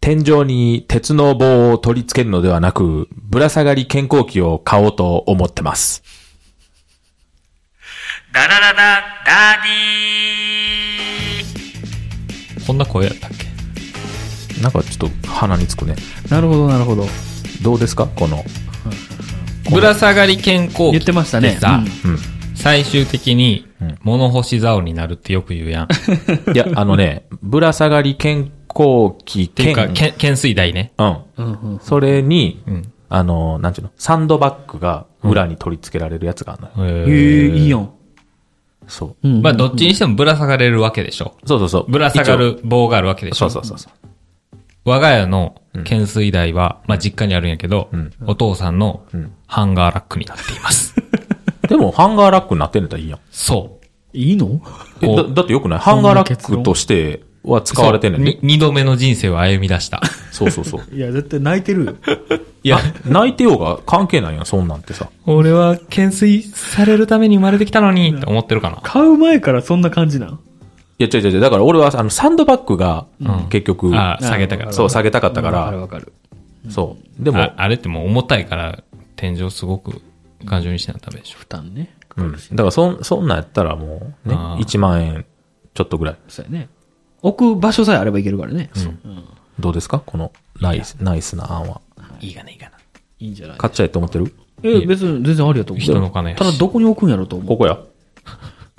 天井に鉄の棒を取り付けるのではなく、ぶら下がり健康器を買おうと思ってます。ダラララダディこんな声やったっけなんかちょっと鼻につくね。なるほど、なるほど。どうですかこの。ぶら下がり健康器言ってましたっねて。さうん。最終的にん、物干し竿になるってよく言う やん。っいや、あのね、ぶら下がり健康器ていう兼、か、けん懸垂台ね。うん。うんうんうんそれに、うん。あの、なんていうの、サンドバッグが裏に取り付けられるやつがあるのよ。へえ、いいやん。そう。うんまあ、どっちにしてもぶら下がれるわけでしょ。そうそうそう。ぶら下がる棒があるわけで一応。しそょ。うそうそうそう。我が家の懸垂台は、まあ、実家にあるんやけど、んお父さんのうんハンガーラックになっています。でも、ハンガーラックになってんだったらいいやん。 そう。いいのえおだだってよくないハンガーラックとしては使われてんねんそうね。に二度目の人生を歩み出した。そうそうそう。いや、絶対泣いてるよ。いや、泣いてようが関係ないやん、そんなんてさ。 俺は懸垂されるために生まれてきたのに、って思ってるかな。買う前からそんな感じなんいや、違う違う違う。だから俺は、あの、サンドバッグがん、結局、あ下げたから。そう、下げたかったかわかるら、わかる。そう。でもあ、あれってもう重たいから、天井すごく頑丈にしないとダメでしょ。負担ね。うん。だから、そん、そんなんやったらもう、ね、あー1万円ちょっとぐらい。そうやね。置く場所さえあればいけるからね。うんどうですかこの、ナイス、ナイスな案は。いいがね、いいがな。いいんじゃない買っちゃえって思ってるえ、別に全然ありやと思う。人の金やしただどこに置くんやろと思こう。こや。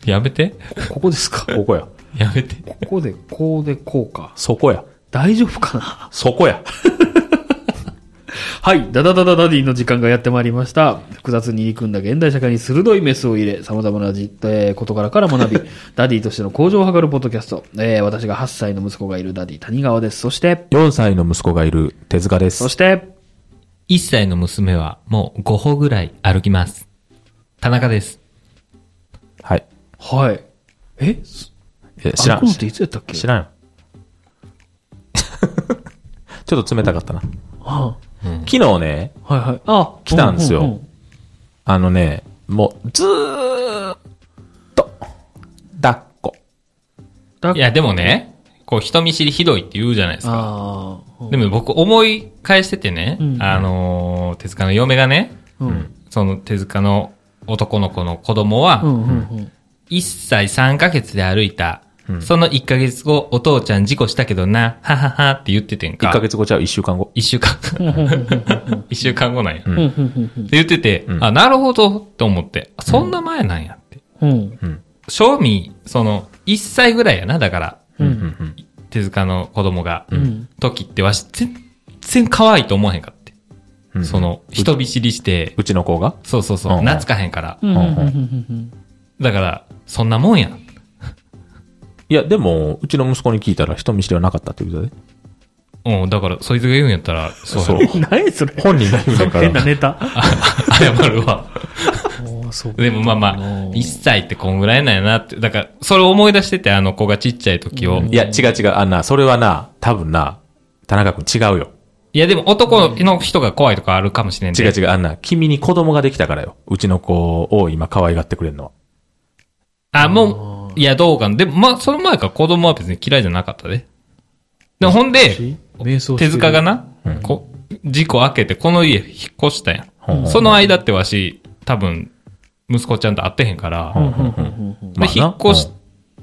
やめて。ここですかここや。 やめて。ここで、こうで、こうか。そこや。大丈夫かなそこや。はい。ダダダダダディの時間がやってまいりました。複雑に入り組んだ現代社会に鋭いメスを入れ、様々なじ、えー事柄から学び、ダディとしての向上を図るポッドキャスト。えー私が8歳の息子がいるダディ谷川です。そして、 4歳の息子がいる手塚でそす。して、 1歳の娘はもう5歩ぐらい歩きます。田中です。はい。はい。ええ知ら歩くんの。っていつやったっけ知らんよ。 ちょっと冷たかったな。は昨日ね、あはいはい。あ、来たんですようううんあのね、もう、ずーっと、抱っこ。だいや、でもね、こう人見知りひどいって言うじゃないですか。ああ。うんでも僕思い返しててね、うんあのー手塚の嫁がね、うん。その手塚の男の子の子供は、うんうんうん。 1歳3ヶ月で歩いた。その1ヶ月後、お父ちゃん事故したけどな、はははって言っててんか。 1ヶ月後ちゃう、1週間後。一週間。 一週間後なんや。んっうんうんうんて言ってて、んあ、なるほど、と思って。あそんな前なんやって。うん。正味、その、1歳ぐらいやな、だから、うんうんうん。手塚の子供が、ん時ってわし、全然可愛いと思わへんかって。うんその、人見知りして、うちの子がそうそうそう、うん懐かへんから。うんうんうんうんだから、そんなもんや。いや、でも、うちの息子に聞いたら人見知りはなかったってことで。うん、だから、そいつが言うんやったら、そうやそうろ。うん。 何それ 本人が言うねんか 変なら。ネタ。あ謝るわ。あ、そうでもまあまあ、1歳ってこんぐらいなんやなって。だから、それを思い出してて、あの子がちっちゃい時を。いや、違う違う。あんな、それはな、多分な、田中君違うよ。いや、でも男の人が怖いとかあるかもしれん違うで。違う。あんな、君に子供ができたからよ。うちの子を今可愛がってくれるのは。あ、もう、いや、どうかな。でも、まあ、その前から子供は別に嫌いじゃなかったで。で、ほんで、瞑想手塚がな、こ事故明けてこの家引っ越したやうんん。その間ってわし、多分、息子ちゃんと会ってへんから、まで、あな引っ越し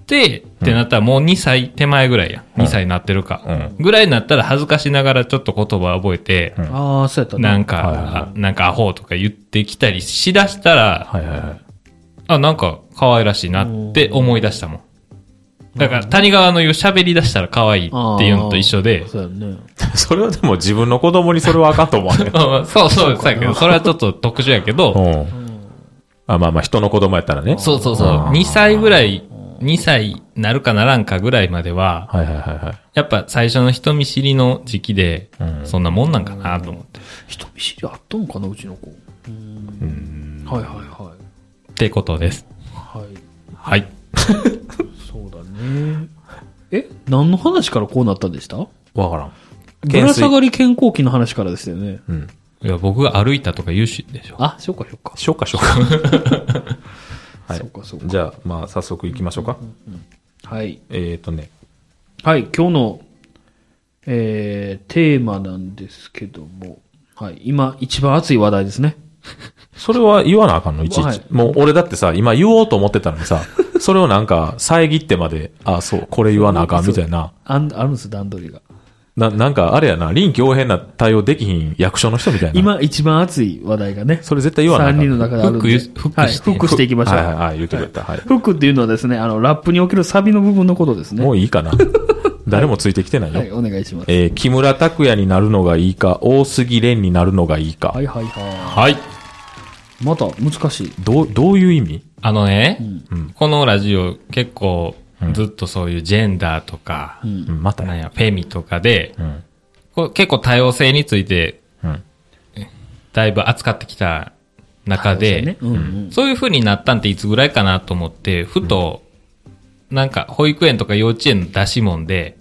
て、ってなったらもう2歳手前ぐらいや。2歳になってるか。ぐらいになったら恥ずかしながらちょっと言葉覚えて、ああ、そうやったねなんはいはか、あなんかアホとか言ってきたりしだしたら、はいはいはい。 あ、なんか可愛らしいなって思い出したもん。だから谷川の言う喋り出したら可愛いっていうのと一緒で、そうやね。それはでも自分の子供にそれはあかんと思わねうんそうそう、そうやけど、それはちょっと特殊やけど、うん。あ、まあまあ人の子供やったらね。 そうそうそう、2歳ぐらい、2歳なるかならんかぐらいまでは、はいはいはいはい。やっぱ最初の人見知りの時期で、そんなもんなんかなと思って。人見知りあったんかな、うちの子。うん。はいはいはってことです。い。はい。はい。そうだね。え何の話からこうなったんでしたわからん。ぶら下がり健康期の話からですよね。うん。いや、僕が歩いたとか言うしでしょ。あ、そうかそうか。しようかしようか。そうかそうか じゃあ、まあ早速行きましょうか。はい。えっとね。はい、今日のえー、テーマなんですけども、はい、今一番熱い話題ですね。それは言わなあかんの、いちいち。はいもう俺だってさ、今言おうと思ってたのに さ、それをなんか遮ってまで、あ、そう、これ言わなあかんみたいな。あんあるんです、段取りが。な、なんかあれやな、臨機応変な対応できひん役所の人みたいな。今一番熱い話題がね、それ絶対言わなあかん3人の中であるんで、フックフックはいしてフックしていきましょう。はいはいはい、言ってくれた。はい。フックっていうのはですね、あの、ラップにおけるサビの部分のことですね。もはういいか な。誰もついてきてないよ。い、お願いします。えー木村拓哉になるのがいいか、大杉蓮になるのがいいか。はいはいははい。い。また難しい。どう、どういう意味あのね、このラジオ結構ずっとそういうジェンダーとか、んうんまたなんね。や、フェミとかで、うん。こう結構多様性についてうん。だいぶ扱ってきた中で、ね、うんうん。そういう風になったんっていつぐらいかなと思って、ふと、なんか保育園とか幼稚園の出し物で、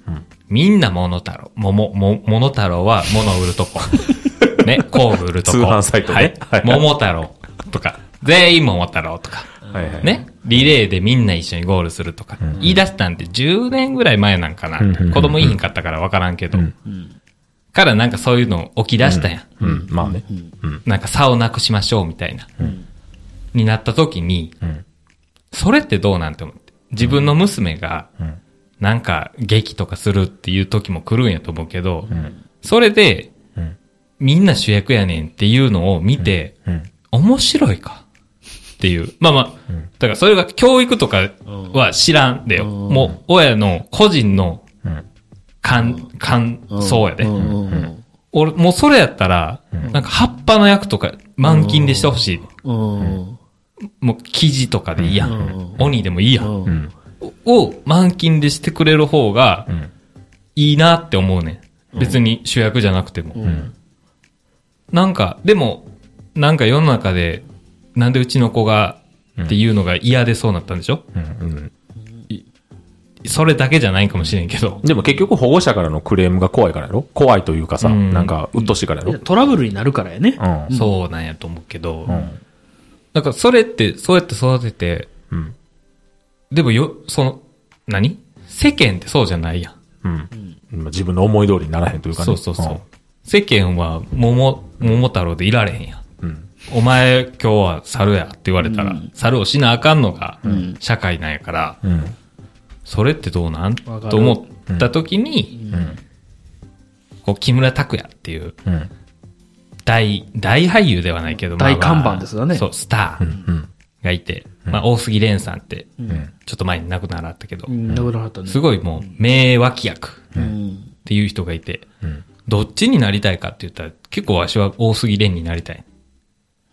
みんな桃太郎、桃、も桃太郎は物売るとこ。 ね、工具売るとこ。通販サイトねははいい。桃太郎とか、全員桃太郎とか。はいはい。。ね、リレーでみんな一緒にゴールするとか、言い出したんて10年ぐらい前なんかな。うんうんうん子供いいひんかったから分からんけど。からなんかそういうの起き出したやん。うん。まあね。なんか差をなくしましょうみたいな。になった時に、んそれってどうなんて思って。自分の娘が、なんか劇とかするっていう時も来るんやと思うけど、それで、んみんな主役やねんっていうのを見て、うん。面白いかっていう。まあまあ、だからそれが教育とかは知らんでよ。うんもう、親の個人のうん感、感想やで。うんうんうん俺、もうそれやったら、なんか葉っぱの役とか満金でしてほしい。うんうんもう生地とかでいいやうんん。鬼でもいいやん。うんを満金でしてくれる方がん、いいなって思うねん。別に主役じゃなくても。んなんか、でも、なんか世の中で、なんでうちの子がっていうのが嫌でそうなったんでしょ、うん。それだけじゃないかもしれんけど。でも結局保護者からのクレームが怖いからやろ怖いというかさ、うんなんか、うっとうしいからやいろやトラブルになるからやね。うそうなんやと思うけど。ん。うん。なんかそれって、そうやって育てて、うん。でもよ、その、何世間ってそうじゃないやん。うん。まあ自分の思い通りにならへんというかね。そうそうそう。世間は桃、桃太郎でいられへんやん。うん。うん。お前今日は猿やって言われたら、猿をしなあかんのがん社会なんやから、うん。それってどうなんわかると思った時に、んこう木村拓哉っていううん。大、大俳優ではないけど、大まあまあ看板ですよねそう、スタうーん。がいて、まあ大杉蓮さんって、んちょっと前に亡くならったけど、うん、なくなかったね。すごいもう名脇役うっん。ていう人がいて、んどっちになりたいかって言ったら、結構わしは大杉蓮になりたい。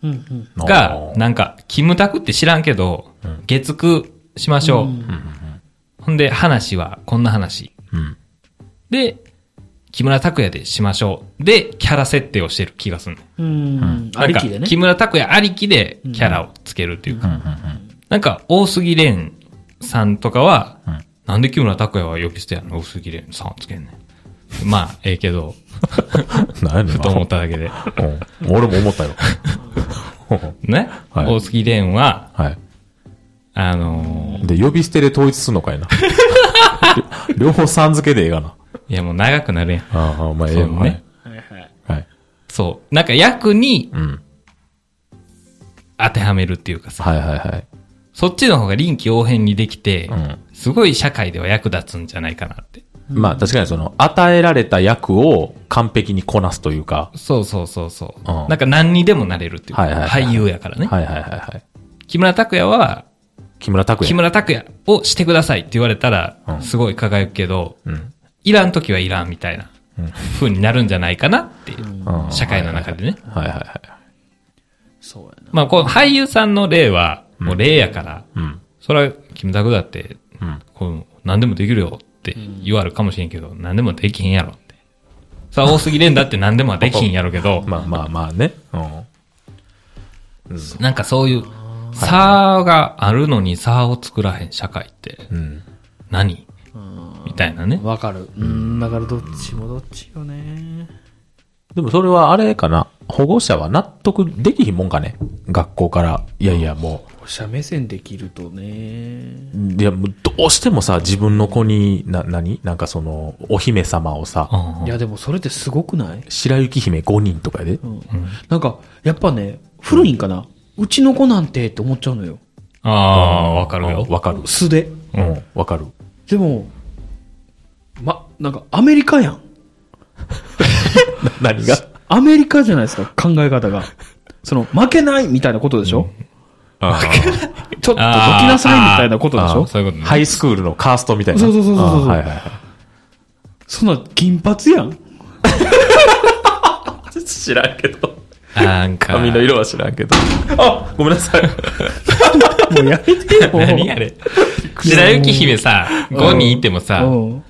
うん。うん。うん。が、なんか、キムタクって知らんけど、月9しましょう。ほんで、話は、こんな話。うん。で、木村拓哉でしましょう。で、キャラ設定をしてる気がする、ね、うん。あなんりかきでね。木村拓哉ありきでキャラをつけるっていうか。なんか、大杉蓮さんとかは、んなんで木村拓哉は呼び捨てやの大杉蓮さんつけんねん。まあ、ええけ ど、なんやねんふと思っただけで。うん俺も思ったよ。ね、はい大杉蓮は、はい。あのーで、呼び捨てで統一すんのかいな。両方さん付けでええがな。いやもう長くなるやん。ああ、お前ええそうもんねね。はいはい。はい。そう。なんか役にうん。当てはめるっていうかさ、はいはいはい。そっちの方が臨機応変にできて、うんすごい社会では役立つんじゃないかなって。まあ確かにその、与えられた役を完璧にこなすというか。そうそうそうそう。うんなんか何にでもなれるっていうか、はいはいはい俳優やからね。はいはいはいはい。木村拓哉は、木村拓木哉。村拓哉をしてくださいって言われたら、うんすごい輝くけど、んいらん時はいらんみたいな、風になるんじゃないかなっていう、うん社会の中でね。はいはいはい。そうやな。まあ、こう、俳優さんの例は、もう例やから、うん。それは、キムタクだって、うんこう何でもできるよって言われるかもしれんけど、何でもできへんやろって。さあ、大杉蓮だって何でもはできへんやろけ ど、まあまあまあね。うん。なんかそういう、差があるのに差を作らへん社会ってうん。何、みたいなね。わかる。うん。だからどっちもどっちよね。でもそれはあれかな。保護者は納得できひんもんかね。学校から。いやいや、もう、者目線できるとね。いや、もうどうしてもさ、自分の子に、な、何なんかその、お姫様をさ、うんうんいや、でもそれってすごくない白雪姫5人とかやで。うん。なんか、やっぱね、古いんかな、うちの子なんてって思っちゃうのよ。ああ、わかるよ。うんわかる。素で。うん、わかる。でも、ま、なんかアメリカやん。何がアメリカじゃないですか、考え方が。その、負けないみたいなことでしょ、あーちょっとどきなさいみたいなことでしあょーそういうことねハイスクールのカーストみたいな。そうそうそうそうそうあーはいはいはい。そんな金髪やん。知らんけど。なんか。髪の色は知らんけど。あごめんなさい。もうやめてよ。何あれ白雪姫さ、5人いてもさう、ん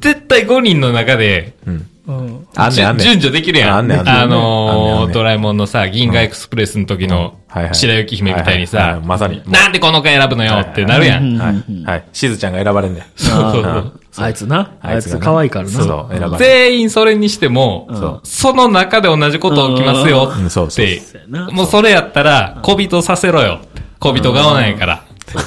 絶対5人の中で、うん。あんねんあんねん。順序できるやん。あんねんあんねんああんねんあんねのー、んドラえもんのさ、銀河エクスプレスの時のはいはい白雪姫みたいにはははさい、まさに。なんでこの子選ぶのよってなるやん。はうんい。はい。しずちゃんが選ばれんねん。そうそうそあうー。あいつな。あいがつね可愛いからな。そう、選ばれん。全員それにしてもそ、その中で同じこと起きますようんそうっそうてそうやな、もうそれやったら、小人させろよ。小人顔なんやから。そ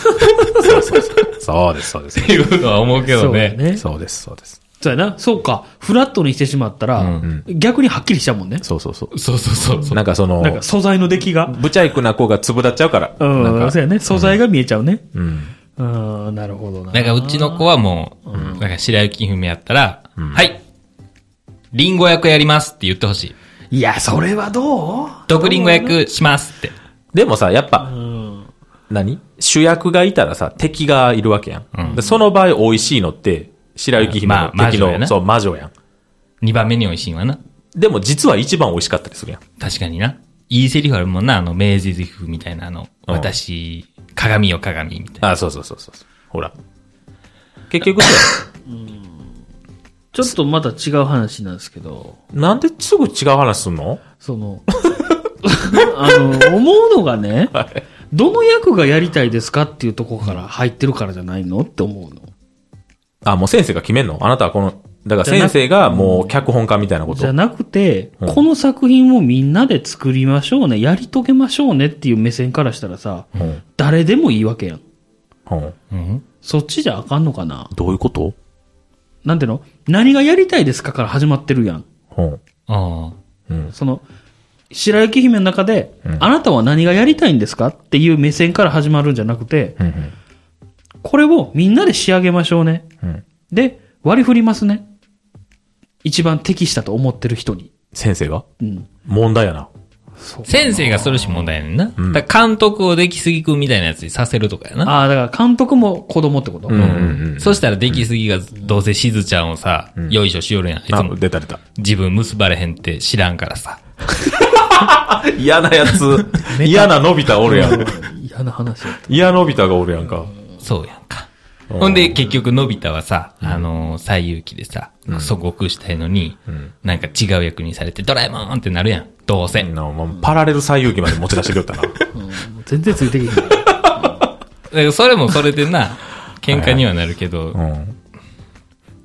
うそうそう。そうです、そうですっ。ていうのは思うけどそうね。やねそうです、そうです。そうやな。そうか。フラットにしてしまったら、うん逆にはっきりしちゃうもんね。そうそうそう。そうそうそうそう。なんかそのな、んか素材の出来が。ぶちゃいくな子がつぶだっちゃうから。うなんん。かそうやね。素材が見えちゃうね。うん。うん、なるほどな。なんかうちの子はもう、なんか白雪姫やったら、はい、リンゴ役やりますって言ってほしい。いや、それはどう毒リンゴ役しますって。でもさ、やっぱ、うん。何主役がいたらさ、敵がいるわけやん。でその場合、美味しいのって、白雪姫のまあ敵魔女やの、なそう、魔女やん。 2番目に美味しいわな。でも実は一番美味しかったりするやん。確かにな。いいセリフあるもんな、あの、明治セリフみたいな、あの、うん私、鏡よ鏡みたいな。あ、そうそうそうそうそう。ほら。結局さ、ちょっとまた違う話なんですけど、なんですぐ違う話すんのその、 あの、思うのがね、どの役がやりたいですかっていうところから入ってるからじゃないのって思うの。あ、もう先生が決めんのあなたはこの、だからじゃな先生がもう脚本家みたいなこじとゃ。なくて、うんこの作品をみんなで作りましょうね、やり遂げましょうねっていう目線からしたらさ、うん。誰でもいいわけやん。うん。うん。そっちじゃあかんのかなどういうことなんていうの何がやりたいですかから始まってるやん。うん。ああ。うん。その、白雪姫の中で、うんあなたは何がやりたいんですかっていう目線から始まるんじゃなくて、うん。これをみんなで仕上げましょうね。うん。で、割り振りますね。一番適したと思ってる人に。先生がうん。問題やな。先生がするし問題やねんな。んだから監督を出来すぎくんみたいなやつにさせるとかやな。ああ、だから監督も子供ってこと、うんうんうん。そしたら出来すぎが、どうせしずちゃんをさ、よいしょしよるやん。いつあも、出た出た。自分結ばれへんって知らんからさ。嫌なやつ。嫌なのび太おるやん。嫌な話やっ嫌のび太がおるやんか。そうやんか。ほんで、結局、のび太はさ、あのー、最遊記でさ、そこくしたいのに、なんか違う役にされて、ドラえもんってなるやん。どうせ。なもうパラレル最遊記まで持ち出してくれたな。た。もう全然ついてきてない。でそれもそれでな、喧嘩にはなるけど、うん。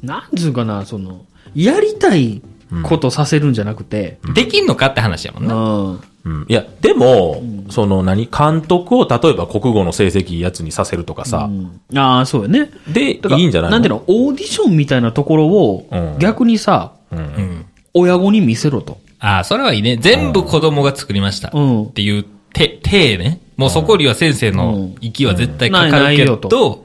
なんつうかな、その、やりたいことさせるんじゃなくて、できんのかって話やもんうな。ん。うんうんいや、でも、その何監督を例えば国語の成績やつにさせるとかさ。ああ、そうよね。で、いだからいんじゃないなんていうのオーディションみたいなところうをん、逆にさ、うん。親子に見せろと。ああ、それはいいね。全部子供が作りました。うんっていう、て、てね。もうそこには先生の息は絶対かかるけうんないないよど、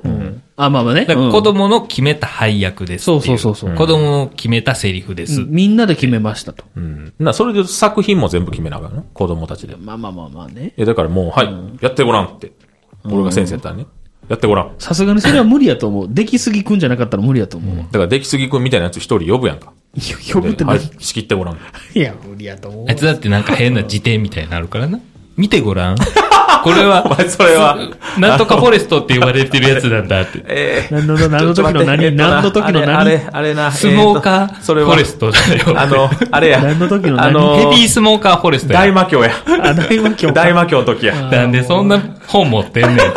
あ、まあまあね。だからうん子供の決めた配役ですっていそうそうそうそう子供の決めたセリフです。みんなで決めましたと。うん。な、それで作品も全部決めながらな。子供たちで。いまあまあまあまあね。や、だからもう、はい、やってごらんって。俺が先生やったらね。やってごらん。さすがにそれは無理やと思う。出来すぎくんじゃなかったら無理やと思うわ。だから、出来すぎくんみたいなやつ一人呼ぶやんか。呼ぶってで何、、はいい、仕切ってごらん。や、無理やと思うあい。つだってなんか変な辞典みたいになるからな。見てごらん。これは、お前それはなんとかフォレストって呼ばれてるやつなんだって。え何の、何の時の何、何の時の何あれ、あれな。スモーカえーとそれフはォレ、ストだよ。あの、あれや。何の時の何あの、ヘビースモーカーフォレスト大や。魔教や。あ、大魔教か。大魔教の時や。なんでそんな本持ってんねん。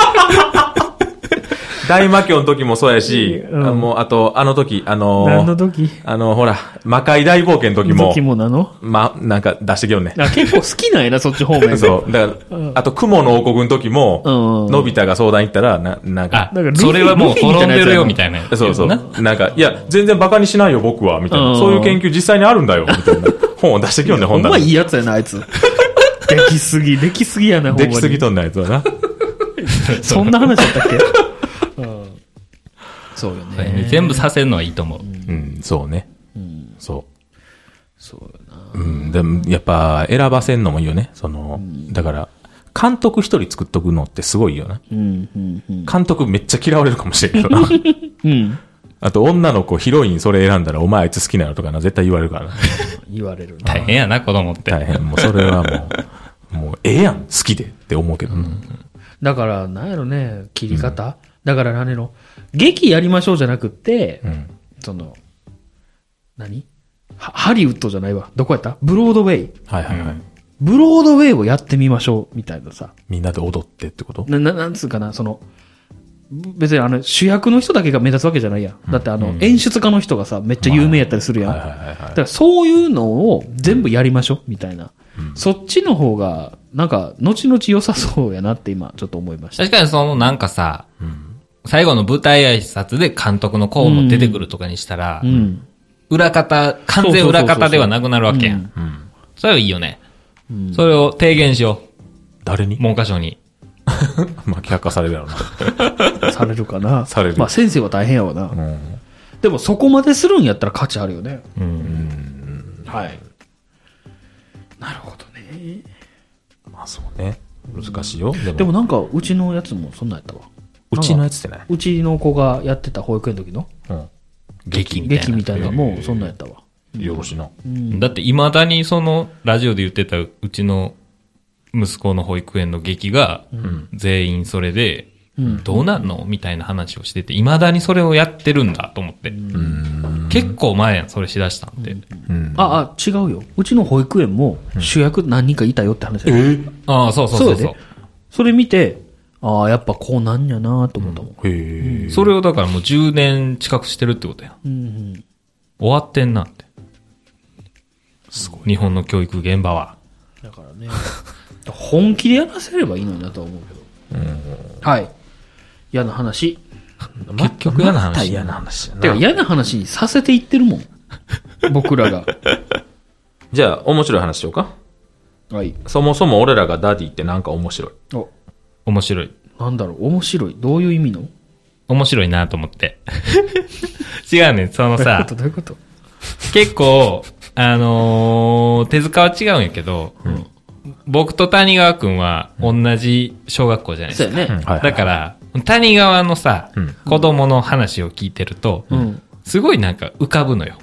大魔教の時もそうやし、うんあもう、あと、あの時、あのー何の時あの、ほら、魔界大冒険の時も、時もなのま、なんか出してきよんね。あ結構好きなんやな、そっち方面が。 そう。だから、あと、雲の王国の時も、うんのび太が相談行ったら、な、なんかあ、なんかル、フィそれはもう滅んでるよ、みたいな。そうそう。ななんか、いや、全然バカにしないよ、僕は、みたいうんな。そういう研究実際にあるんだよ、みたいな。本を出してきよんね、ほ本んだまいいやつやな、あいつ。できすぎ、できすぎやな、ほんまでに。きすぎとんなやつはな。そんな話だったっけ うんそうよはいね。全部させるのはいいと思う。うん、そうね。そう。そううん、でも、やっぱ、選ばせんのもいいよね。その、だから、監督一人作っとくのってすごいよな。うん、うん、うん。監督めっちゃ嫌われるかもしれんけどな。うん。あと、女の子、ヒロインそれ選んだら、お前あいつ好きなのとかな、絶対言われるからな。言われるな。大変やな、子供って。大変。もう、それはもう、もう、ええやん、好きでって思うけどな。だから、なんやろね、切り方、だから何やろ、劇やりましょうじゃなくって、うん。その、何ハハリウッドじゃないわ。どこやったブロードウェイ。はいはいはい。ブロードウェイをやってみましょう、みたいなさ。みんなで踊ってってことな、な、なんつうかな、その、ぶ別にあの、主役の人だけが目立つわけじゃないやん。だってあの、演出家の人がさ、めっちゃ有名やったりするやん。はいはいはいはだからそういうのを全部やりましょう、みたいな。そっちの方が、なんか、後々良さそうやなって今、ちょっと思いました。確かにそのなんかさ、最後の舞台挨拶で監督の候補出てくるとかにしたらう、ん。裏方、完全裏方ではなくなるわけやん。い。うん。それはいいよね。それを提言しよ誰にう。文科省に。まあ、却下されるやろうな。されるか な。されるまあ先生は大変やわな。んでもそこまでするんやったら価値あるよね。はい。なるほどね。まあ、そうね。難しいよ。ででも、もなんか、うちのやつもそんなんやったわ。うちのやつってないうちの子がやってた保育園の時のうん。劇みたいな。劇みたいなのもそんなんやったわ。よろしいな。だって未だにそのラジオで言ってたうちの息子の保育園の劇が全員それで、どうなんのみたいな話をしてて、未だにそれをやってるんだと思って。結構前やん、それしだしたんで。うん。あ、あ、違うよ。うちの保育園も主役何人かいたよって話だよああ、そうそうそそううやそうで。。それ見て、ああ、やっぱこうなんやなと思ったもん。へえ。それをだからもう10年近くしてるってことやん。終わってんなって。すごい。日本の教育現場は。だからね、本気でやらせればいいのになとは思うけど。はい。嫌な話。結局嫌なまた話。嫌な話やなてか嫌な話にさせていってる もん。僕らが。じゃあ、面白い話しようか。はい。そもそも俺らがダディってなんか面白い。お、面白い。なんだろう、面白い。どういう意味のど面白いなと思って。 違うねん、そのういうこさ と、どういうこと結構、あのー手塚は違うんやけど、僕と谷川くんは同じ小学校じゃないでそすうか。やね。はいだから、谷川のさ、うん子供の話を聞いてると、うん。すごいなんか浮かぶのよ。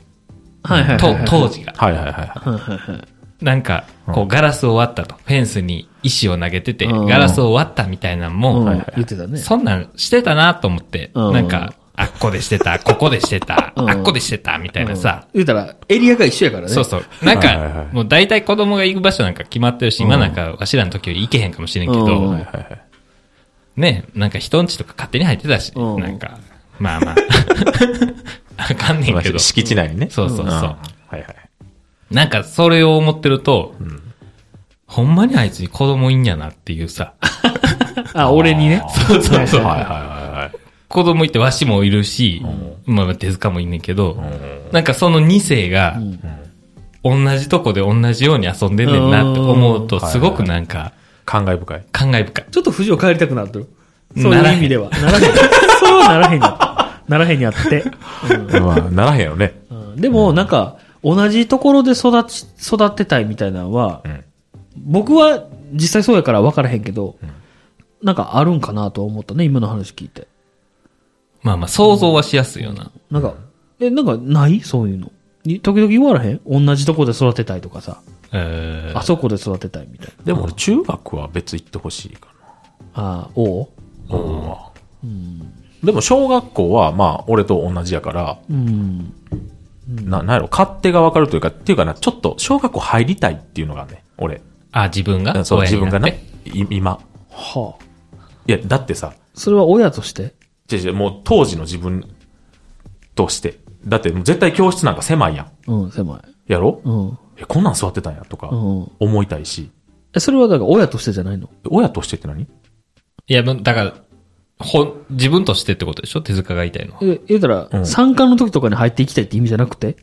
はいはいはいとはい。当時が。はいはいはい。はいはいはいなんか、こう、ガラスを割ったと。フェンスに石を投げてて、うんガラスを割ったみたいなのも、うん。言ってたね。そんなんしてたなと思って、うんなんか、あっこでしてた、ここでしてた、うんあっこでしてた、みたいなさ、言ったら、エリアが一緒やからね。そうそう。なんはいはいはかい、もう大体子供が行く場所なんか決まってるし、今なんかわしらの時より行けへんかもしれんけうどん、ね、なんか人んちとか勝手に入ってたし、うんなんか、まあ まあ。あかんねんけど。敷地内にね。そうそうそううんはいはい。なんかそれを思ってると、ほんまにあいつに子供いんやなっていうさ、あ、俺にね。そうそうそう。はいはいはいはい。子供いてわしもいるし、まあ手塚もいんねんけど、なんかその2世が、同じとこで同じように遊んでんねんなって思うと、うんすごくなんか、感慨深い。感慨深い。ちょっと藤を帰りたくなってる。なそういらうへん意味では。な らへん。そうはならへんや。ならへんやって。まあ、ならへんやろね。うんでも、なんか、同じところで育ち、育ってたいみたいなのは、ん僕は実際そうやから分からへんけど、なんかあるんかなとは思ったね、今の話聞いて。まあまあ、想像はしやすいよな。なんか、え、なんかないそういうの。に時々言われへん同じとこで育てたいとかさ、えーあそこで育てたいみたいな。でも俺、中学は別行ってほしいかああ、おうな。うんは。でも、小学校は、まあ、俺と同じやから、うん。な、なんやろ、勝手がわかるというか、っていうかな、ちょっと、小学校入りたいっていうのがね、俺。あ、自分がそう、親自に分ながっねて、い今。はあ。いや、だってさ、それは親としてじ違う違う、もう当時の自分として。だってもう絶対教室なんか狭いやん。うん、狭い。やろ、うん。え、こんなん座ってたんやとかうん、思いたいし。え、それはだから親としてじゃないの親としてって何いや、まだから、ほ、自分としてってことでしょ手塚が言いたいのは。え、言うたら、うん参加の時とかに入っていきたいって意味じゃなくて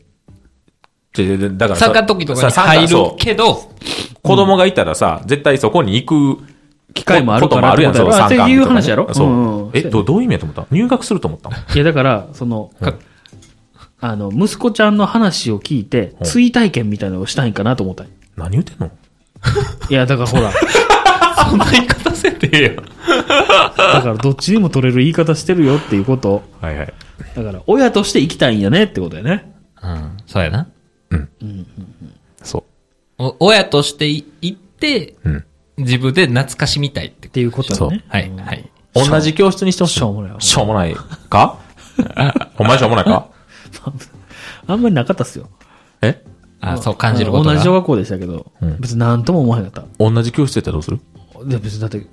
違う違う違うだからさ参加の時とかにさ入る参加そうけど、子供がいたらさ、絶対そこに行く機会もあるこかともらあるやん、ってそこう、とやろ参あ観っていうとかね話やろそううんうんえ、ど、どういう意味やと思った入学すると思ったのいや、だから、その、かあの、息子ちゃんの話を聞いて、ん追体験みたいなのをしたいんかなと思ったんよ何言ってんのいや、だからほら、そんな言い方せんでええよ。だからどっちにも取れる言い方してるよっていうこと。はいはい。だから、親として生きたいんやねってことやね。うん、そうやな。そお親としてい行って、う。うん。自分で懐かしみたいってっこていうことやねと。。はい、はい。同じ教室にしてほしい。しょうもないわしょうもないかお前しょうもないかあんまりなかったっすよ。えあ、そう感じること同が。じ小学校でしたけど、別に何とも思わへんかっ同じ教室やったらどうするた。で別にだって、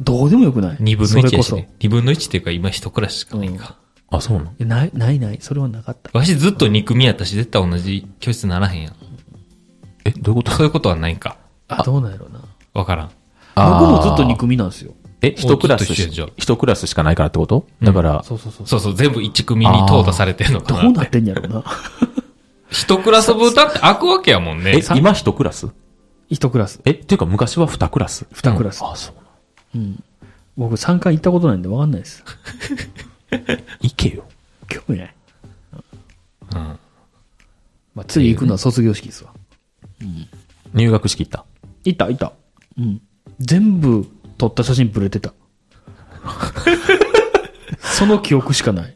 どうでもよくない。二分の一やしそれこね。二分の一っていうか今一クラスしかないんか。あ、そうなのそいやない、ないない。それはなかった。わしずっと憎みやったし、絶対同じ教室ならへんやん。え、どういうことそういうことはないんか。あ、どうなんやろうな。わからん。僕もずっと憎みなんですよ。え、一クラスずっと一緒やんじゃあし、一クラスしかないからってことだから、そうそうそう。そうそう、全部一組に淘汰されてんのどかうななっ。っててんやろうな。一クラス分だって開くわけやもんねえ。、今一クラス 一クラス。え、っていうか昔は二クラス二クラスうんあ、そうなの僕3回行ったことないんで分かんないです。行けよ。 興味ない。まあ、次行くのは卒業式ですわ。入学式行った。行った、行った。うん。全部撮った写真ブレてた。 その記憶しかない。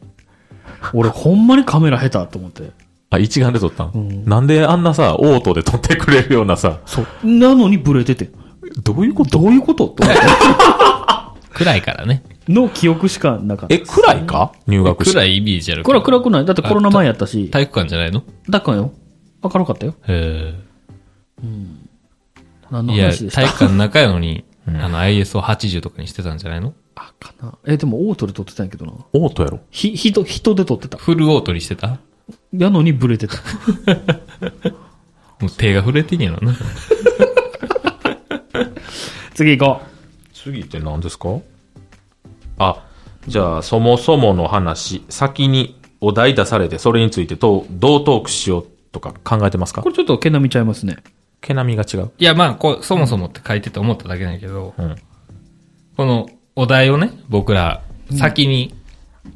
俺ほんまにカメラ下手と思って。あ、一眼で撮ったん、なんであんなさ、オートで撮ってくれるようなさ、そう。なのにブレてて。どういうことどういうことと思っ暗いからね。て。の記憶しかなかっ た。え、暗いか入学式。暗いイメージあるこれは暗くないだってコロナ前やったし。体育館じゃないのだからよ。明るかったよ。へ何え。のいや、体話で育した館の中やのに、あの ISO80 とかにしてたんじゃないのあかな。え、でもオートで撮ってたんやけどな。オートやろ。ひ、人、人で撮ってた。フルオートにしてたやのにブ レてた。もう手が触れてんやろな。次行こ次って何ですかあ、じゃあ、そもそもの話、先にお題出されて、それについてどう、どうトークしようとか考えてますう。かこれちょっと毛並みちゃいますね。毛並みが違う。いや、まあ、こう、そもそもって書いてて思っただけなんやけど、うんこのお題をね、僕ら、先に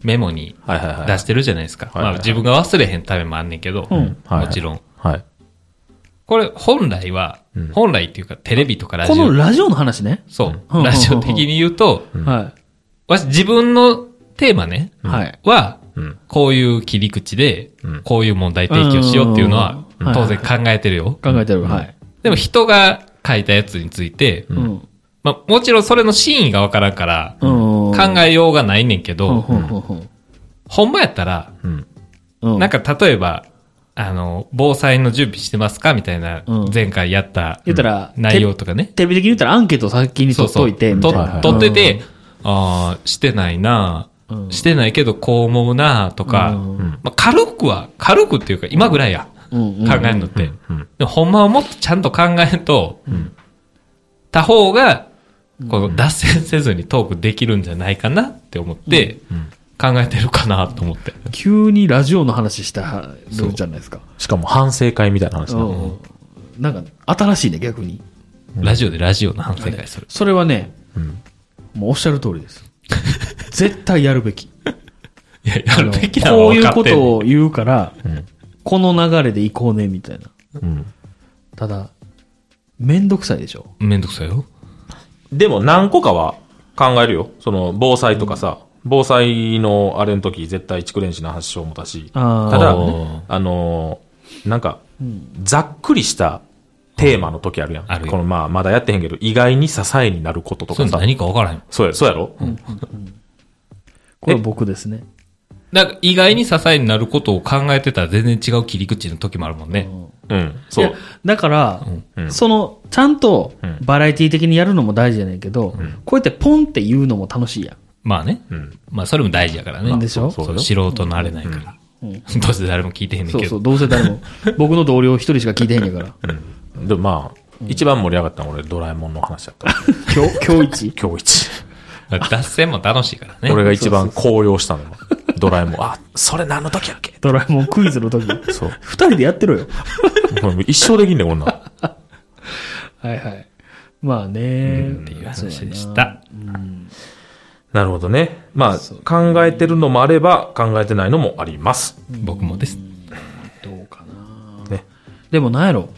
メモにはいはいはい。出してるじゃないですか。はいはいまあ、自分が忘れへんためもあんねんけど、はいもちろん。はい。これ、本来は、本来っていうか、テレビとかラジこオ、のラジオの話ね。そう、うんうんうんうんラジオ的に言うと、は私、自分のテーマね、い。はい。はん、こういう切り口でん、こういう問題提起をしようっていうのは、うんうん当然考えてるよ。考えてる。はい。でも、人が書いたやつについて、うん。まあ、もちろんそれの真意がわからんから、うん。考えようがないねんけうんど、うんうんほんまやったら、うん。うん。なんか、か例えば、あの、防災の準備してますかみたいなうん、前回やった言ったら、内容とかね。テレビ的に言ったらアンケート先にそう取っそとう。いて、みたといな。取ってて、ああ、してないなうんしてないけどこう思うなとか、うんまあ、軽くは、軽くっていうか今ぐらいや。うん、うん。考えるのって。うん。でもほんまはもっとちゃんと考えんと、他方が、この脱線せずにトークできるんじゃないかなって思って、考えてるかなと思って。急にラジオの話したるじゃないですか。しかも反省会みたいな話うな。ん。なんか、新しいね、逆に。ラジオでラジオの反省会する。それはね、もうおっしゃる通りです。絶対やるべき。いや、やるべきなの こうは分いかうってんこねんとを言うから、この流れで行こうね、みたいな。うん。ただ、めんどくさいでしょ。めんどくさいよ。でも何個かは考えるよ。その、防災とかさ、防災のあれの時、絶対蓄電池の発症もたし、たあーだね、あのー、なんか、ざっくりしたテーマの時あるやん。あるよこの、まあ、まだやってへんけど、意外に支えになることとそかれさ。何か分からへん。そうや、そうやろ、これは僕ですね。なんか意外に支えになることを考えてたら全然違う切り口の時もあるもんね。うん、そいやう。だから、うんその、ちゃんとんバラエティ的にやるのも大事じゃないけど、こうやってポンって言うのも楽しいやん。まあね。うんまあ、それも大事やからね。でしょそうそうよ素人なれないから。どうせ誰も聞いてへんねんそけうど。そう、どうせ誰 も。僕の同僚一人しか聞いてへんやから。うん。でもまあ、一番盛り上がったのは俺、ドラえもんの話だった。今日、今日一。今日一。まあ脱線も楽しいからね。俺が一番高揚したのは、ドラえもん。あ、それ何の時やっけドラえもんクイズの時。そう。二人でやってろよ。もう一生できんねん、こんなん。はいはい。まあね。っていう話でした。なるほどね。まあ、考えてるのもあれば、考えてないのもあります。僕もです。どうかな。ね。でもなんやろ。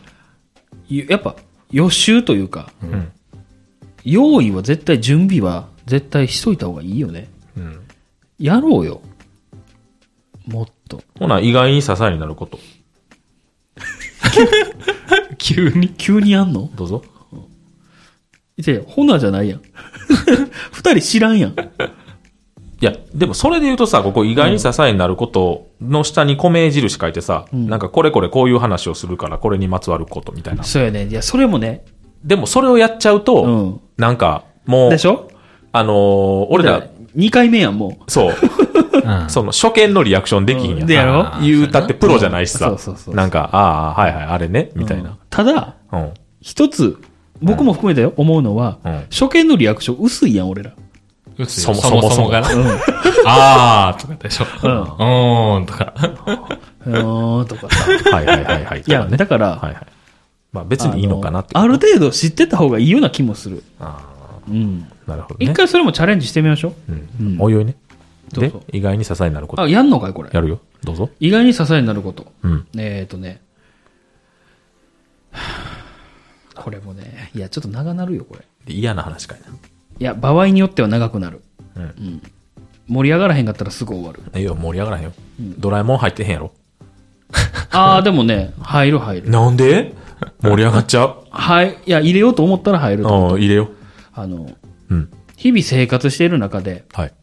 ゆやっぱ、予習というか、うん。用意は絶対、準備は絶対しといた方がいいよね。うん。やろうよ。もっと。ほな、意外に支えになること。急に。急にやんのどうぞ。いやいやほなじゃないやん。 二人知らんやん。いや、でもそれで言うとさ、ここ意外に支えになることの下に米印書いてさ、なんかこれこれこういう話をするから、これにまつわることみたいな。そうやね。いや、それもね。でもそれをやっちゃうと、うんなんか、もう、でしょあのー俺ら、二回目やん、もそう、うんその初見のリアクションできひんやん。でやろあー言うたってプロじゃないしさ、うんそうそうそうそうなんか、ああ、はいはい、あれね、う。みたいな。。ただ、うん。一つ、僕も含めてよ思うのは、うん初見のリアクション薄いやん、俺ら。そそももそそももそもがな。 あーとかでしょ。うんうーんとか。うーん、とかさ。はいはいはいはい。いや、とねだから、はいはい。まあ別にいいのかなって。あのある程度知ってた方がいいような気もする。あうん。ーなるほどね。一回それもチャレンジしてみましょう。うんうんおいおいね。どうでぞ、意外に支えになること。あ、やんのかい、これ。やるよ。どうぞ。意外に支えになること。うん。えっ、ー、とね。はぁこれもね、いや、ちょっと長なるよ、これ。嫌な話かいいや、場合によっては長くなる。な。うん。盛り上がらへんかったらすぐ終わる。 ええよ、盛り上がらへんよ。ドラえもん入ってへんやろ。ああ、でもね、入る入る。なん で盛り上がっちゃう。はい、いや、入れようと思ったら入ると。うん、入れよあの、う。うん。日々生活している中で、はい。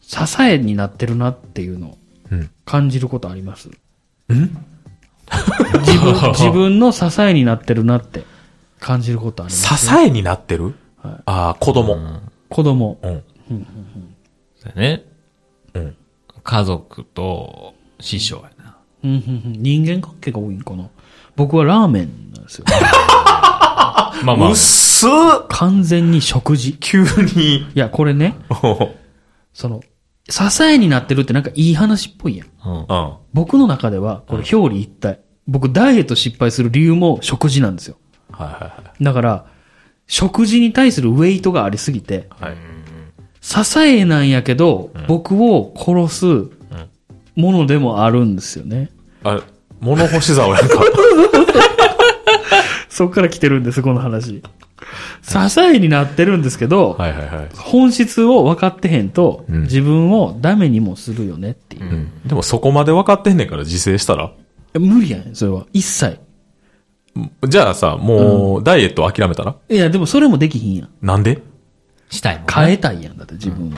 支えになってるなっていうのをうん。感じることあります。ん自分、自分の支えになってるなって感じることあります。支えになってるはいああ、子供。子供。うん。そうやね。うん。家族と師匠やな。うんうんうん人間関係が多いんかな。僕はラーメンなんですよ。まあまあうっ、す完全に食事。急に。いや、これね、その、支えになってるってなんかいい話っぽいやん。うんうん。僕の中では、これ表裏一体。僕、ダイエット失敗する理由も食事なんですよ。はいはだから、食事に対するウェイトがありすぎて、いはい。はい。支えなんやけど、僕を殺すものでもあるんですよね。あれ、物干し竿やん か。そっから来てるんです、この話。支えになってるんですけど、はいはいはい。本質を分かってへんと、うん自分をダメにもするよねっていう。うん。でもそこまで分かってんねんから自制したら。無理やねん、それは。一切。じゃあさ、もう、ダイエット諦めたらいや、でもそれもできひんやん。なんでしたいもんね。変えたいやんだって自分を、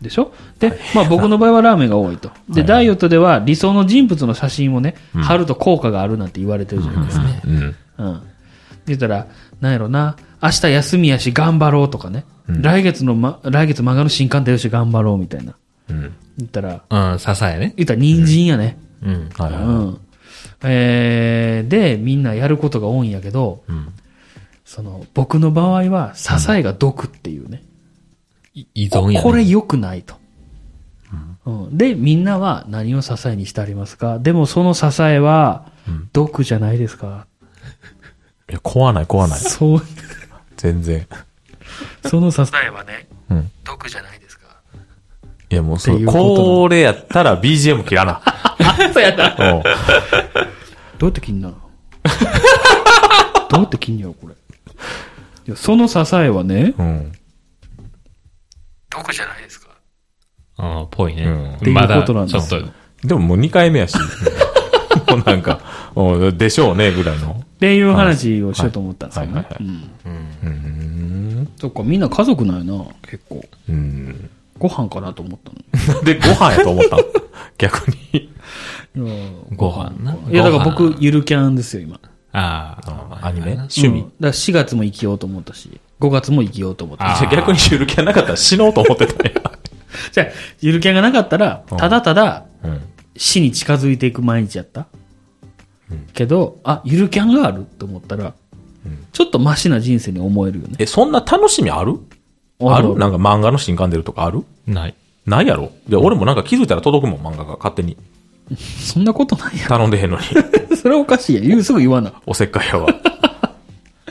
でしょで、まあ、僕の場合はラーメンが多いとで、ダイエットでは理想の人物の写真をね、貼ると効果があるなんて言われてるじゃないですか、うん。うん言ったらなんやろな明日休みやし頑張ろうとかね、来月の、ま、来月漫画の新刊出るし頑張ろうみたいなうん。言ったらうん、支えね。言ったら人参やね、うん。はいうはい。んえーでみんなやることが多いんやけど、その僕の場合は支えが毒っていうね、い依存やね。これ良くないと。うん、で、みんなは何を支えにしてありますかでもその支えは、毒じゃないですか、いや、壊ない壊ない。 そう、全然。その支えはね、うん。毒じゃないですかいや、もうそってれ、いうことなのこれやったら BGM 切らな。 そうやった。うん。どうやって切んなのどうやって切んやろ、これ。いや、その支えはね、うん。毒じゃないですかうん、ぽいね。うまっていうだ、こちとなょんだっと、でももう2回目やし。もうなんか、うんでしょうね、ぐらいの。っていう話をしようと思ったんですはよねいは。いうんうん。そっか、みんな家族なんやな、結構。うん。ご飯かなと思ったの。で、ご飯やと思ったの逆に。いやご飯な。いや、だからご飯僕、ゆるキャンですよ、今。ああ、アニメ趣うん味だから4月も生きようと思ったし、5月も生きようと思ったし。あー逆にゆるキャンなかったら死のうと思ってたよ。じゃあ、ゆるキャンがなかったら、うんただただうん。死に近づいていく毎日やった。けど、あ、ゆるキャンがあると思ったら、ちょっとマシな人生に思えるよね。え、そんな楽しみあるあるなんか漫画の新刊出るとかあるない。ないやろで、俺もなんか気づいたら届くもん、漫画が勝手に。そんな ことないや頼んでへんの に。ろ。それはおかしいやん。言う、すぐ言わな。おせっかいやわ。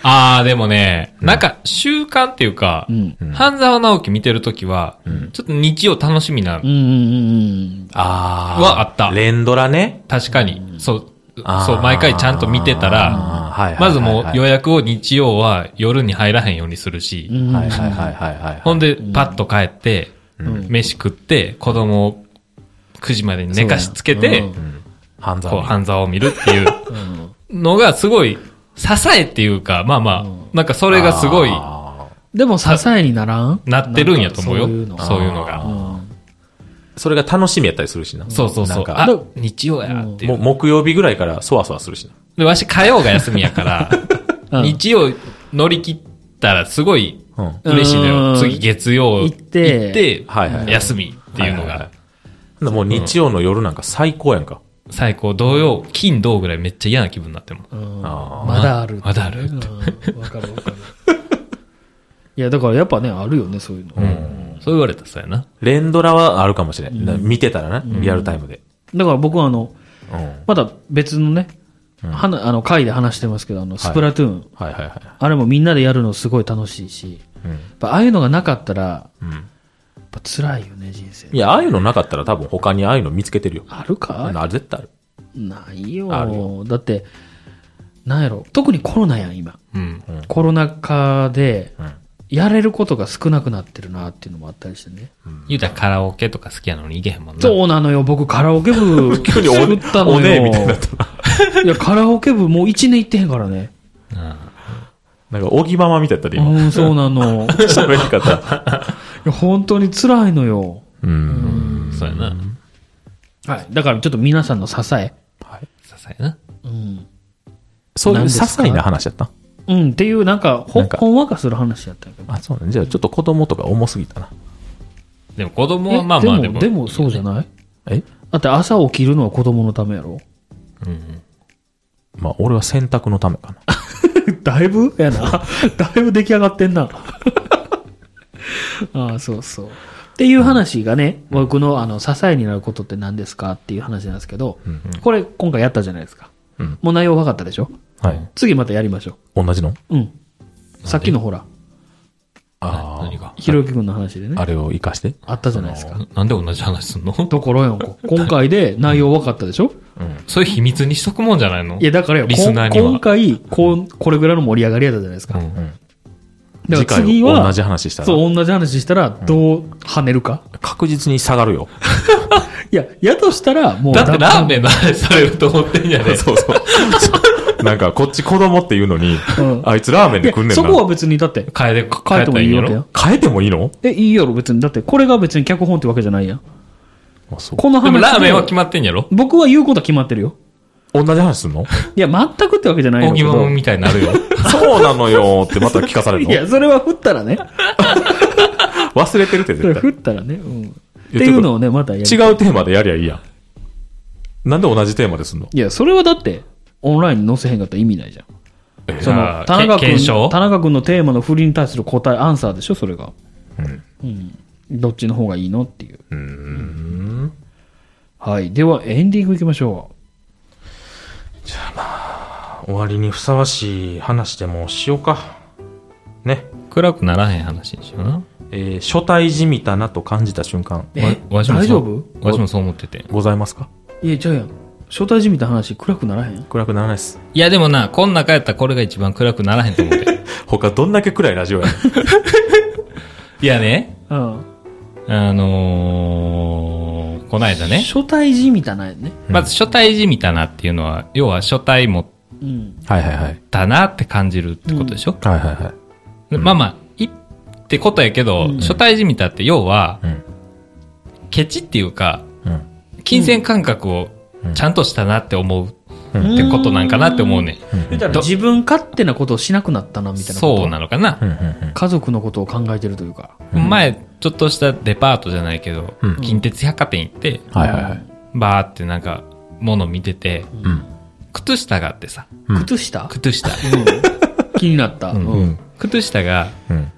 ああ、でもね、なんか習慣っていうか、うん。半沢直樹見てるときは、ちょっと日曜楽しみなうん、うん、あー。はあった連ドラね。確かに。そうあ。ーそう、毎回ちゃんと見てたあーら、はいはいはいはいまずもう予約を日曜は夜に入らへんようにするし、うん。うんはいはいはいはいはい。ほんで、パッと帰って、ん飯食って、子供を9時までに寝かしつけそうやてな、半こう、沢。半沢を見るっていううんのがすごい、支えっていうか、まあまあ、なんかそれがすごい、あでも支えにならんなってるんやと思うよ。そういうなんのかが。そういうのーそれが楽しみやったりするしな。そうそうなそんう。かあでも、日曜やっていも。う木曜日ぐらいからそわそわするしな。で、わし火曜が休みやから、 うん日曜乗り切ったらすごいうん。はい嬉しいのうんよ。次月曜行って行ってはいはい休みっていうのははがい。ほんでもう日曜の夜なんか最高やんか。最高。土曜、金土ぐらいめっちゃ嫌な気分になっても。うんあまだあるってまね。だあるってうんわかるわかる。いや、だからやっぱね、あるよね、そういうの。そう言われたらそうやな。連ドラはあるかもしれん。な見てたらな、リアルタイムで。だから僕はあの、うん。はいまだ別のね、はなあの、回で話してますけど、あの、スプラトゥーン。はいはい。あれもみんなでやるのすごい楽しいし、うんやっぱああいうのがなかったら、やんっぱ辛いよね、人生。いや、ああいうのなかったら多分他にああいうの見つけてるよ。あるあかれ絶対ある。ないよあるだって、なんやろ。特にコロナやん、今。うん。コロナ禍でん、やれることが少なくなってるなっていうのもあったりしてね。言うたらカラオケとか好きやのに行けへんもんな。そうなのよ、僕カラオケ部 急にお作ったのよ。おねえみたいになっいや、カラオケ部もう1年行ってへんからね。なんか、おぎままみたいだったで、う今。ん、そうなの。い喋り方。や本当に辛いのよ。うん。そうやな。はい。だからちょっと皆さんの支え。ささやな。うん。そういう些何ですか細な話やったうん、っていう、なんか、ほ、なんかほんわかする話やったんやけど。あ、そうなんじゃあ、ちょっと子供とか重すぎたな。でも子供はまあまあでえでも。も、でもそうじゃないえだって朝起きるのは子供のためやろまあ、俺は選択のためかな。だいぶ やな。だいぶ出来上がって んな。ああ、そうそう。っていう話がね、僕の、あの、支えになることって何ですかっていう話なんですけど、これ、今回やったじゃないですか。うんもう内容分かったでしょはい。次またやりましょ同じのう。うん。さっきのほら、ああ。何がひろゆき君の話でね、あれを活かして。あったじゃないですか。なんで同じ話すんのところよん こ。今回で内容分かったでしょそういう秘密にしとくもんじゃないのいや、だからよ、リスナーこにんは今回こん、これぐらいの盛り上がりやったじゃないですか。うんだから次次回は、同じ話したら、そう、同じ話したら、どう跳ねるか。確実に下がるよ。いや、やとしたら、もう、だってラーメン。ンの話されると思ってんじゃ ねそう そう。なんか、こっち子供っていうのにうん、あいつラーメンいで食んや、ねんそこな。は別に、だって、変えて、変書えたいてらもいいいんいやわけろや。変えてもいいのえ、いいやろ、別に。だって、これが別に脚本ってわけじゃないやん。あそうこので話もで。ラーメンは決まってんやろ僕は言うことは決まってるよ。同じ話すんの いや、全くってわけじゃない大の木ママみたいになるよ。そうなのよってまた聞かされるいのや、それは振ったらね。忘れてるってそれ絶振対。ったらね。うん。ってやいうのをね、またやる。違うテーマでやりゃいいやん。なんで同じテーマですんのいや、それはだって、オンラインに載せへんかったら意味ないじゃん。そいやの、ー田中け検証君、田中君のテーマの振りに対する答え、アンサーでしょ、それが。うん。どっちの方がいいのっていう。はい。では、エンディングいきましょ終わりにふさわしい話でもしようか。ね。暗くならへん話にしような。えー初対じみたなと感じた瞬間、えわわしもそう大丈夫わしもそう思ってて。ございますかう。いや、じゃあやん。初対じみた話、暗くならへん暗くならないです。いやでもな、こん中やったらこれが一番暗くならへんと思って。他どんだけ暗いラジオやねんいやね、うん。あのー、こないだね。初対じみたなやね。まず初対じみたなっていうのは、要は初対持っうん。はいはいはい。たなって感じるってことでしょ、はいはいはい。でまあまあ、いってことやけど、初対じみたって要は、うんケチっていうか、うん。金銭感覚をちゃんとしたなって思うってことなんかなって思うね。言うたら自分勝手なことをしなくなったな、みたいなこと。そうなのかなう。んうん家族のことを考えてるというか。前、ちょっとしたデパートじゃないけど、うん近鉄百貨店行って、うん。はいはいはい。バーってなんか、物見てて、うん。靴下があってさ、うん靴下、靴下。気になった。うんううんん。靴下が、うん。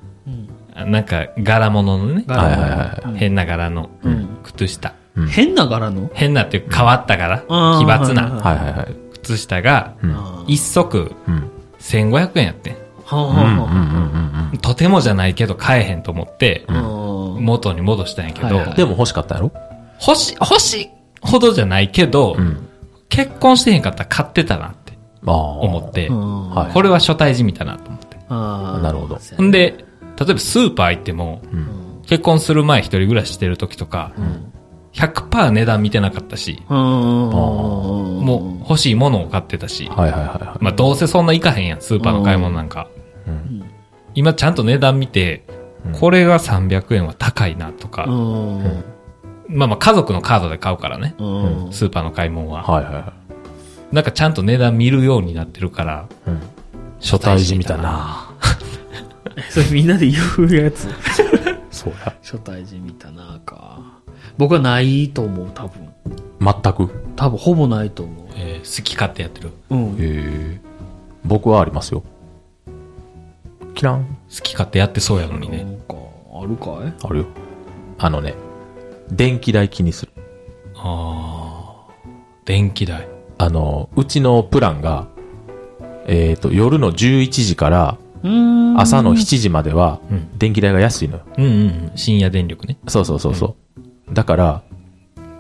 なんか、柄物のね、柄はいはいは変な柄のん靴下。うん変な柄の変なっていうか変わった柄、あー奇抜はいい。なはいはいはい。靴下が、うんあー一足うん。 1500円やってん。はうあんうんはうんとてもじゃないけど買えへんと思ってあ、はあ元に戻したんやけど、はいはうん。でも欲しかったやろ欲し、欲しいほどじゃないけど、ん。結婚してへんかったら買ってたなってああ。思って、うんはいこれは初対じみたなと思って。あーなるほどそほうんで、例えばスーパー行っても、結婚する前一人暮らししてる時とか、100%値段見てなかったし、もう欲しいものを買ってたし、はいはいはいはまあどうせそんな行かへんやん、スーパーの買い物なんか。い。うん今ちゃんと値段見て、これが300円は高いなとうか、んうんまあまあ家族のカードで買うからね、うんスーパーの買い物は。はいはいはなんかちゃんと値段見るようになってるから、い。うん。初大事みたい。な。それみんなで言うやつ。そうや。初対人見たなぁか。僕はないと思う、多分。全く。多分、ほぼないと思えー好き勝手やってる。う。うん。ええ。僕はありますよ。キラン。好き勝手やってそうやのになね。んか、あるかいあるよ。あのね、電気代気にする。あー電気代。あの、うちのプランが、えっ、と、夜の11時からうん。朝の7時まではうん、電気代が安いのよ。うんうん。深夜電力ね。そうそうそうそう。だから、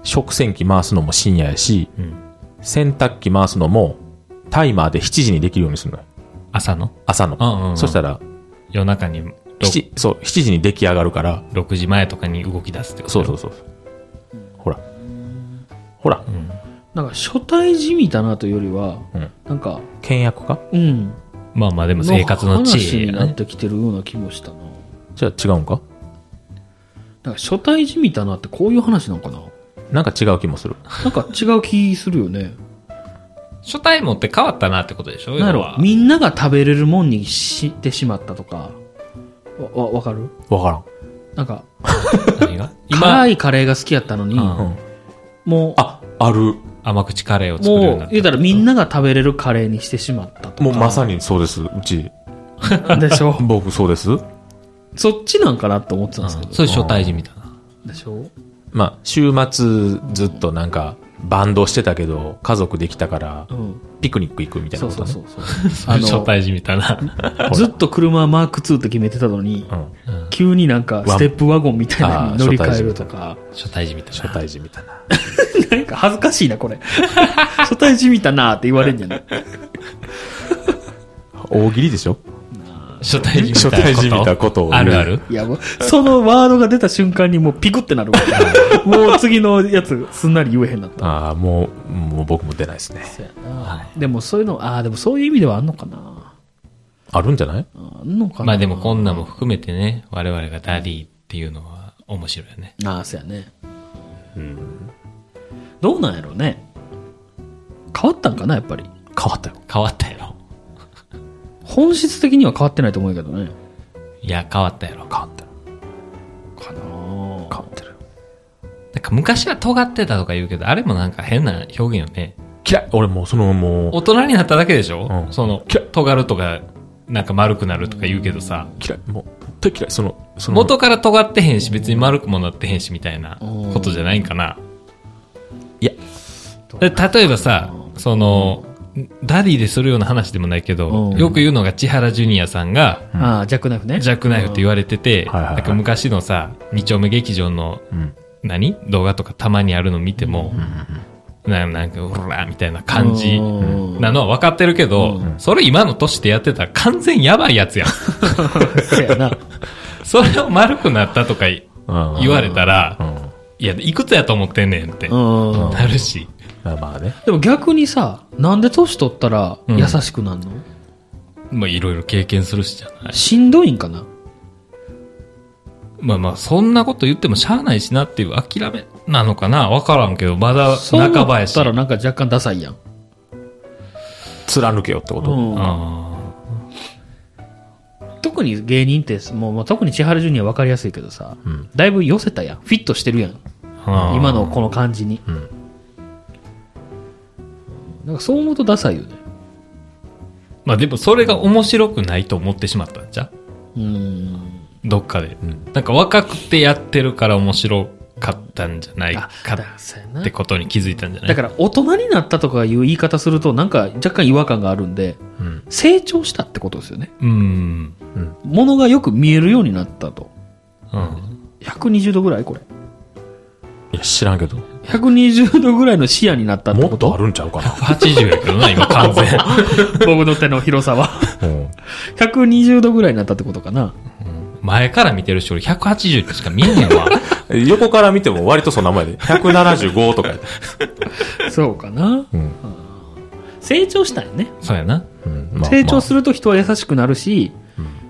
食洗機回すのも深夜やし、うん。洗濯機回すのも、タイマーで7時にできるようにするのよ。朝の朝うんうんうの。んそしたら、夜中に7、そう、7時に出来上がるから、 6時前とかに動き出すってこと。そうそううそう。ほら。ほら。なんか、初対人見たなというよりは、うん。なんか、倹約かうん。まあまあでも生活の知恵話にやなっね。てきてるような気もしたな。じゃあ違うんかなんか、初対人見たなってこういう話なんかななんか違う気もする。なんか違う気するよね。初対面って変わったなってことでしょなんや要ろはみんなが食べれるもんにしてしまったとか。わ、わわかるわからん。なんか、何が辛今、いカレーが好きやったのに、うんもう、あ、ある。甘口カレーを作るようにもなうっ、言うた。たらみんなが食べれるカレーにしてしまったとか。もうまさにそうです。うち。でしょ僕そうです。そっちなんかなと思ってたんですけうんど。そういう初対面みたいな。でしょまあ、週末ずっとなんか、バンドしてたけど、家族できたからう、ん。ピクニック行くみたいそなうこそとうねそう。そうそういう 初対面みたいな。 あのずっと車はマーク2って決めてたのに、うん。急になんかステップワゴンみたいなのに乗り換えるとか。初対面みたい初対人みたいな。なんか恥ずかしいな、これ。初対面見たなって言われんじゃない大喜利でしょな。初対面みた初いなこと。対人みたいなことを言うあるあるいや、もう、そのワードが出た瞬間にもうピクってなるわ もう次のやつすんなり言えへんなった。ああ、もう、もう僕も出ないですね。でもそういうの、ああ、でもそういう意味ではあんのかな。あるんじゃないあんのかな。まあでもこんなんも含めてね、我々がダディっていうのは面白いよね。ああ、そうやね。どうなんやろうね。変わったんかな、やっぱり。変わったよ。変わったやろ。本質的には変わってないと思うけどね。いや、変わったやろ。変わったよ。かな変変わってる。なんか昔は尖ってたとか言うけど、あれもなんか変な表現よね。嫌い俺もうそのも大人になっただけでしょ、うんその、尖るとか、なんか丸くなるとか言うけどさ、う、嫌い、もう、大嫌い、その、その、元から尖ってへんし、別に丸くもなってへんし、みたいなことじゃないんかな。いや、で例えばさ、その、ダディでするような話でもないけど、うんよく言うのが千原ジュニアさんが、ああ、ジャックナイフね。ジャックナイフって言われてはいはて、いはいなんか昔のさ、二丁目劇場の、うん。何動画とかたまにあるの見ても、ななんか、うらーみたいな感じうんなのは分かってるけど、それ今の年でやってたら完全やばいやつやん。そうや な。それを丸くなったとかいうん言われたら、うん。いや、いくつやと思ってんねんって、うん。なるし。まあまあね。でも逆にさ、なんで年取ったら優しくなるの、まあ、いろいろ経験するしじゃない。しんどいんかなまあまあ、そんなこと言ってもしゃあないしなっていう諦めなのかなわからんけど、まだそう半ばなやっし。たらなんか若干ダサいやん。貫けよってこと、うんあ特に芸人ってもうもう特に千原ジュニア分かりやすいけどさ、んだいぶ寄せたやんフィットしてるやんー今のこの感じに、んなんかそう思うとダサいよねまあでもそれが面白くないと思ってしまったんじゃううんどっかで、なんか若くてやってるから面白かったんじゃないかあダサいなってことに気づいたんじゃないだから大人になったとかいう言い方するとなんか若干違和感があるんで、うん成長したってことですよねうん。ものがよく見えるようになったとうん。 120度ぐらいこれいや知らんけど120度ぐらいの視野になったってもこっととあるんちゃうか80やけどな、今完全。 僕の手の広さはな、うん120度ぐらいになったってことかな前から見てる人俺180しか見えへん わ。横から見ても割とそんな前 で。175とかやで。そうかなうん。成長したよね、そうやな。うんまあ成長すると人は優しくなるし、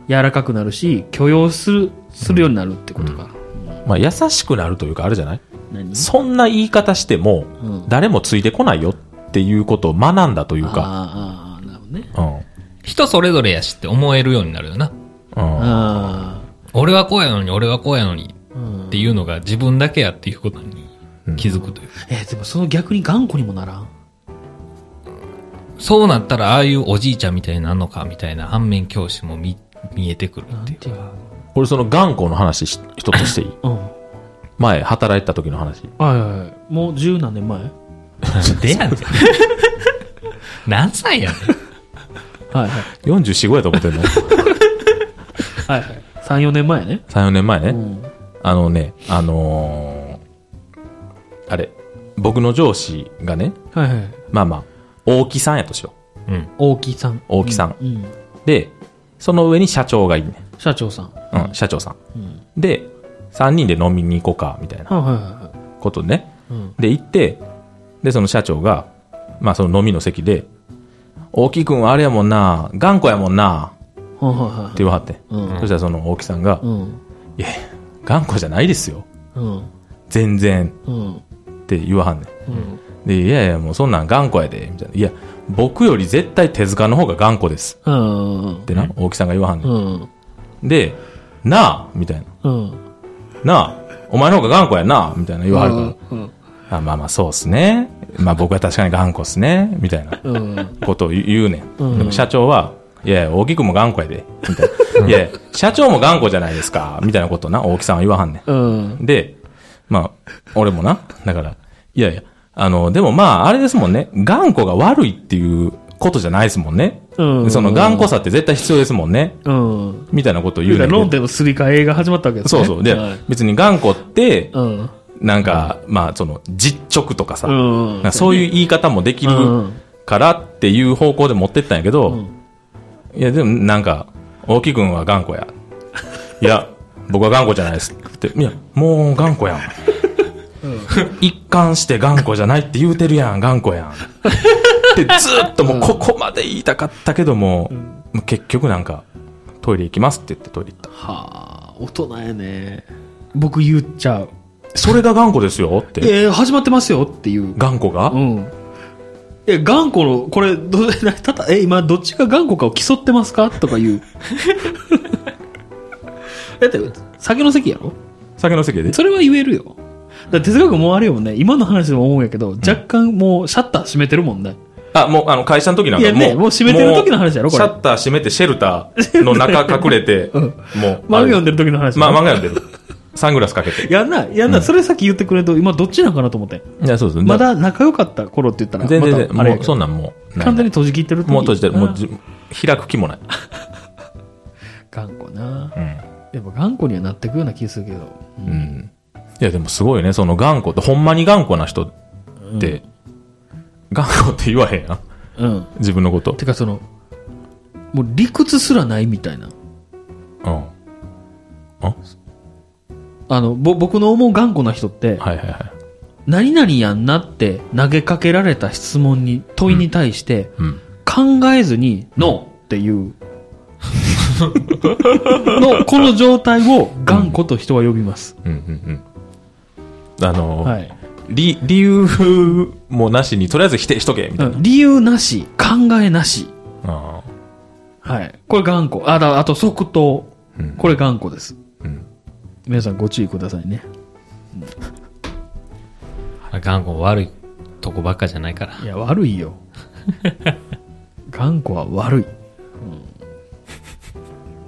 柔らかくなるし許容するするようになるってことか、まあ、まあ優しくなるというか、あるじゃない何そんな言い方してもうん、誰もついてこないよっていうことを学んだというか、あーあーなるほどねうん。人それぞれやしって思えるようになるよな。うん。あ俺はこうやのに、俺はこうやのにあ、うんっていうのが自分だけやっていうことに気づくという。えーでもその逆に頑固にもならんそうなったらああいうおじいちゃんみたいになるのかみたいな反面教師も見見えてくるなっんていう。ていうか俺その頑固の話し一つ していいうん前、働いた時の話。はいはいはいもう十何年前はなんでやねん。何歳やねいはい44、5やと思って んの ?3、はいはい34年前ね4年前ね。うんあのね、あのーあれ、僕の上司がね、はいはいまあまあ、大木さんやとしよん。うん。大木さんう。大木さん。うんで、その上に社長がいいね。社長さんうん、社長さん。うんで、3人で飲みに行こうか、みたいなはいはいはいはいことね。うんで、行って、で、その社長が、まあその飲みの席で、大木くんはあれやもんな、頑固やもんな、はいはいはいって言わはって。うんそしたらその大木さんが、うんいや、頑固じゃないですよ。うん全然うんって言わはんねうんん。で、いやいや、もうそんなん頑固やで、みたいな。いや、僕より絶対手塚の方が頑固です。うんってな、大木さんが言わはんね。うんんで、なあみたいな。うんなあお前の方が頑固やなみたいな言わはるから。うんあまあまあそうっすね。まあ僕は確かに頑固っすね。みたいなうんことを言う言うねん。うんでも社長は、いやいや、大木くんも頑固やで。みたい な。いやいや、社長も頑固じゃないですか。みたいなことな、大木さんは言わはんねうんん。で、まあ、俺もな。だから、いやいや、あの、でもまあ、あれですもんね。頑固が悪いっていうことじゃないですもんね。うんその頑固さって絶対必要ですもんね。うんみたいなことを言言うねんうたらけど論点のすり替えが始まったわけですそねうそう。で、はい別に頑固って、うんなんか、まあ、その、実直とかさ、うんなんかそういう言い方もできるうんからっていう方向で持ってったんやけど、んいや、でもなんか、大木君は頑固 や。いや、僕は頑固じゃないですって。いや、もう頑固やん。一貫して頑固じゃないって言うてるやん、頑固やん。ってずっともうここまで言いたかったけども、もう結局なんか、トイレ行きますって言ってトイレ行った。はあ大人やね僕言っちゃうそれが頑固ですよって。えー、始まってますよっていう頑固が、うんえ頑固のこれどただえ今どっちが頑固かを競ってますかとか言うだって酒の席やろ酒の席でそれは言えるよだって哲学もあれよね今の話でも思うんやけど、若干もうシャッター閉めてるもんねあ、もう、あの、会社の時なんいかやねもう閉めてる時の話やろこれシャッター閉めて、シェルターの中隠れて、 うんもう。漫画読んでる時のあ話れま、漫画読んでる。サングラスかけて。やんなやんな、それさっき言ってくれると今どっちなんかなと思っていや、そうですま、だ仲良かった頃って言ったら全然全またあ然、れやもけう、どそんなんもう。完全に閉じ切ってる時もう閉じてる。もなうじ、開く気もない。頑固なうん。やっぱ頑固にはなってくような気するけどうん。いや、でもすごいね、その頑固って、ほんまに頑固な人って、頑固って言わへんやん。うん自分のこと。てかそのもう理屈すらないみたいなうん。あはあのぼ僕の思う頑固な人って、いはいはい。何々やんなって投げかけられた質問に問いに対して、うん。考えずに「ノー」っていう のこの状態を頑固と人は呼びます、うんうんうん。あの、はい理、理由もなしに、とりあえず否定しとけ、みたいな。理由なし、考えなし。あはい。これ頑固。あ、だあと即答うん。これ頑固です。ーうん。皆さんご注意くださいね。頑固悪いとこばっかじゃないからい。や、悪 いよ。頑固は悪い。うん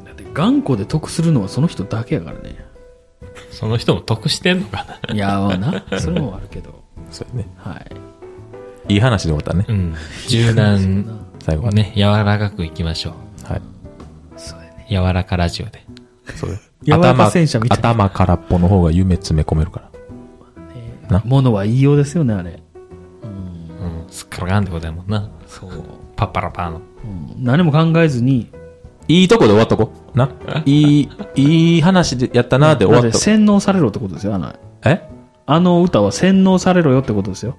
だって頑固で得するのはその人だけや からね。その人も得してんのかないや、まあな。それもあるけど。そうやね。 はい。いい話で終わったねう。ん。柔軟、最後はね。ね、柔らかくいきましょう。はい。そうやね。柔らかラジオで。そう よ柔らか戦車みたいな頭頭空っぽの方が夢詰め込めるから。なものは言いようですよね、あれ。うん。すっからかんってことやもんな。そう。パッパラパーの。うん何も考えずに、いいとこで終わっとこ。な。いい、いい話でやったなで終だっわてっと。洗脳されろってことですよ、あのえあの歌は洗脳されろよってことですよ。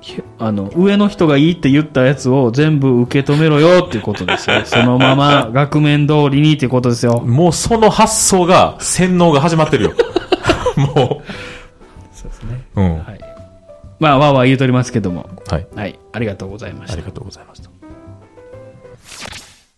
ひあの、上の人がいいって言ったやつを全部受け止めろよっていうことです よ。そのまま額面通りにっていうことですよ。もうその発想が、洗脳が始まってるよ。 もそうですね。う。うん。ははい。まあ、わーわー言うとりますけども。い。はい。ありがとうございましあたり。がとうございました。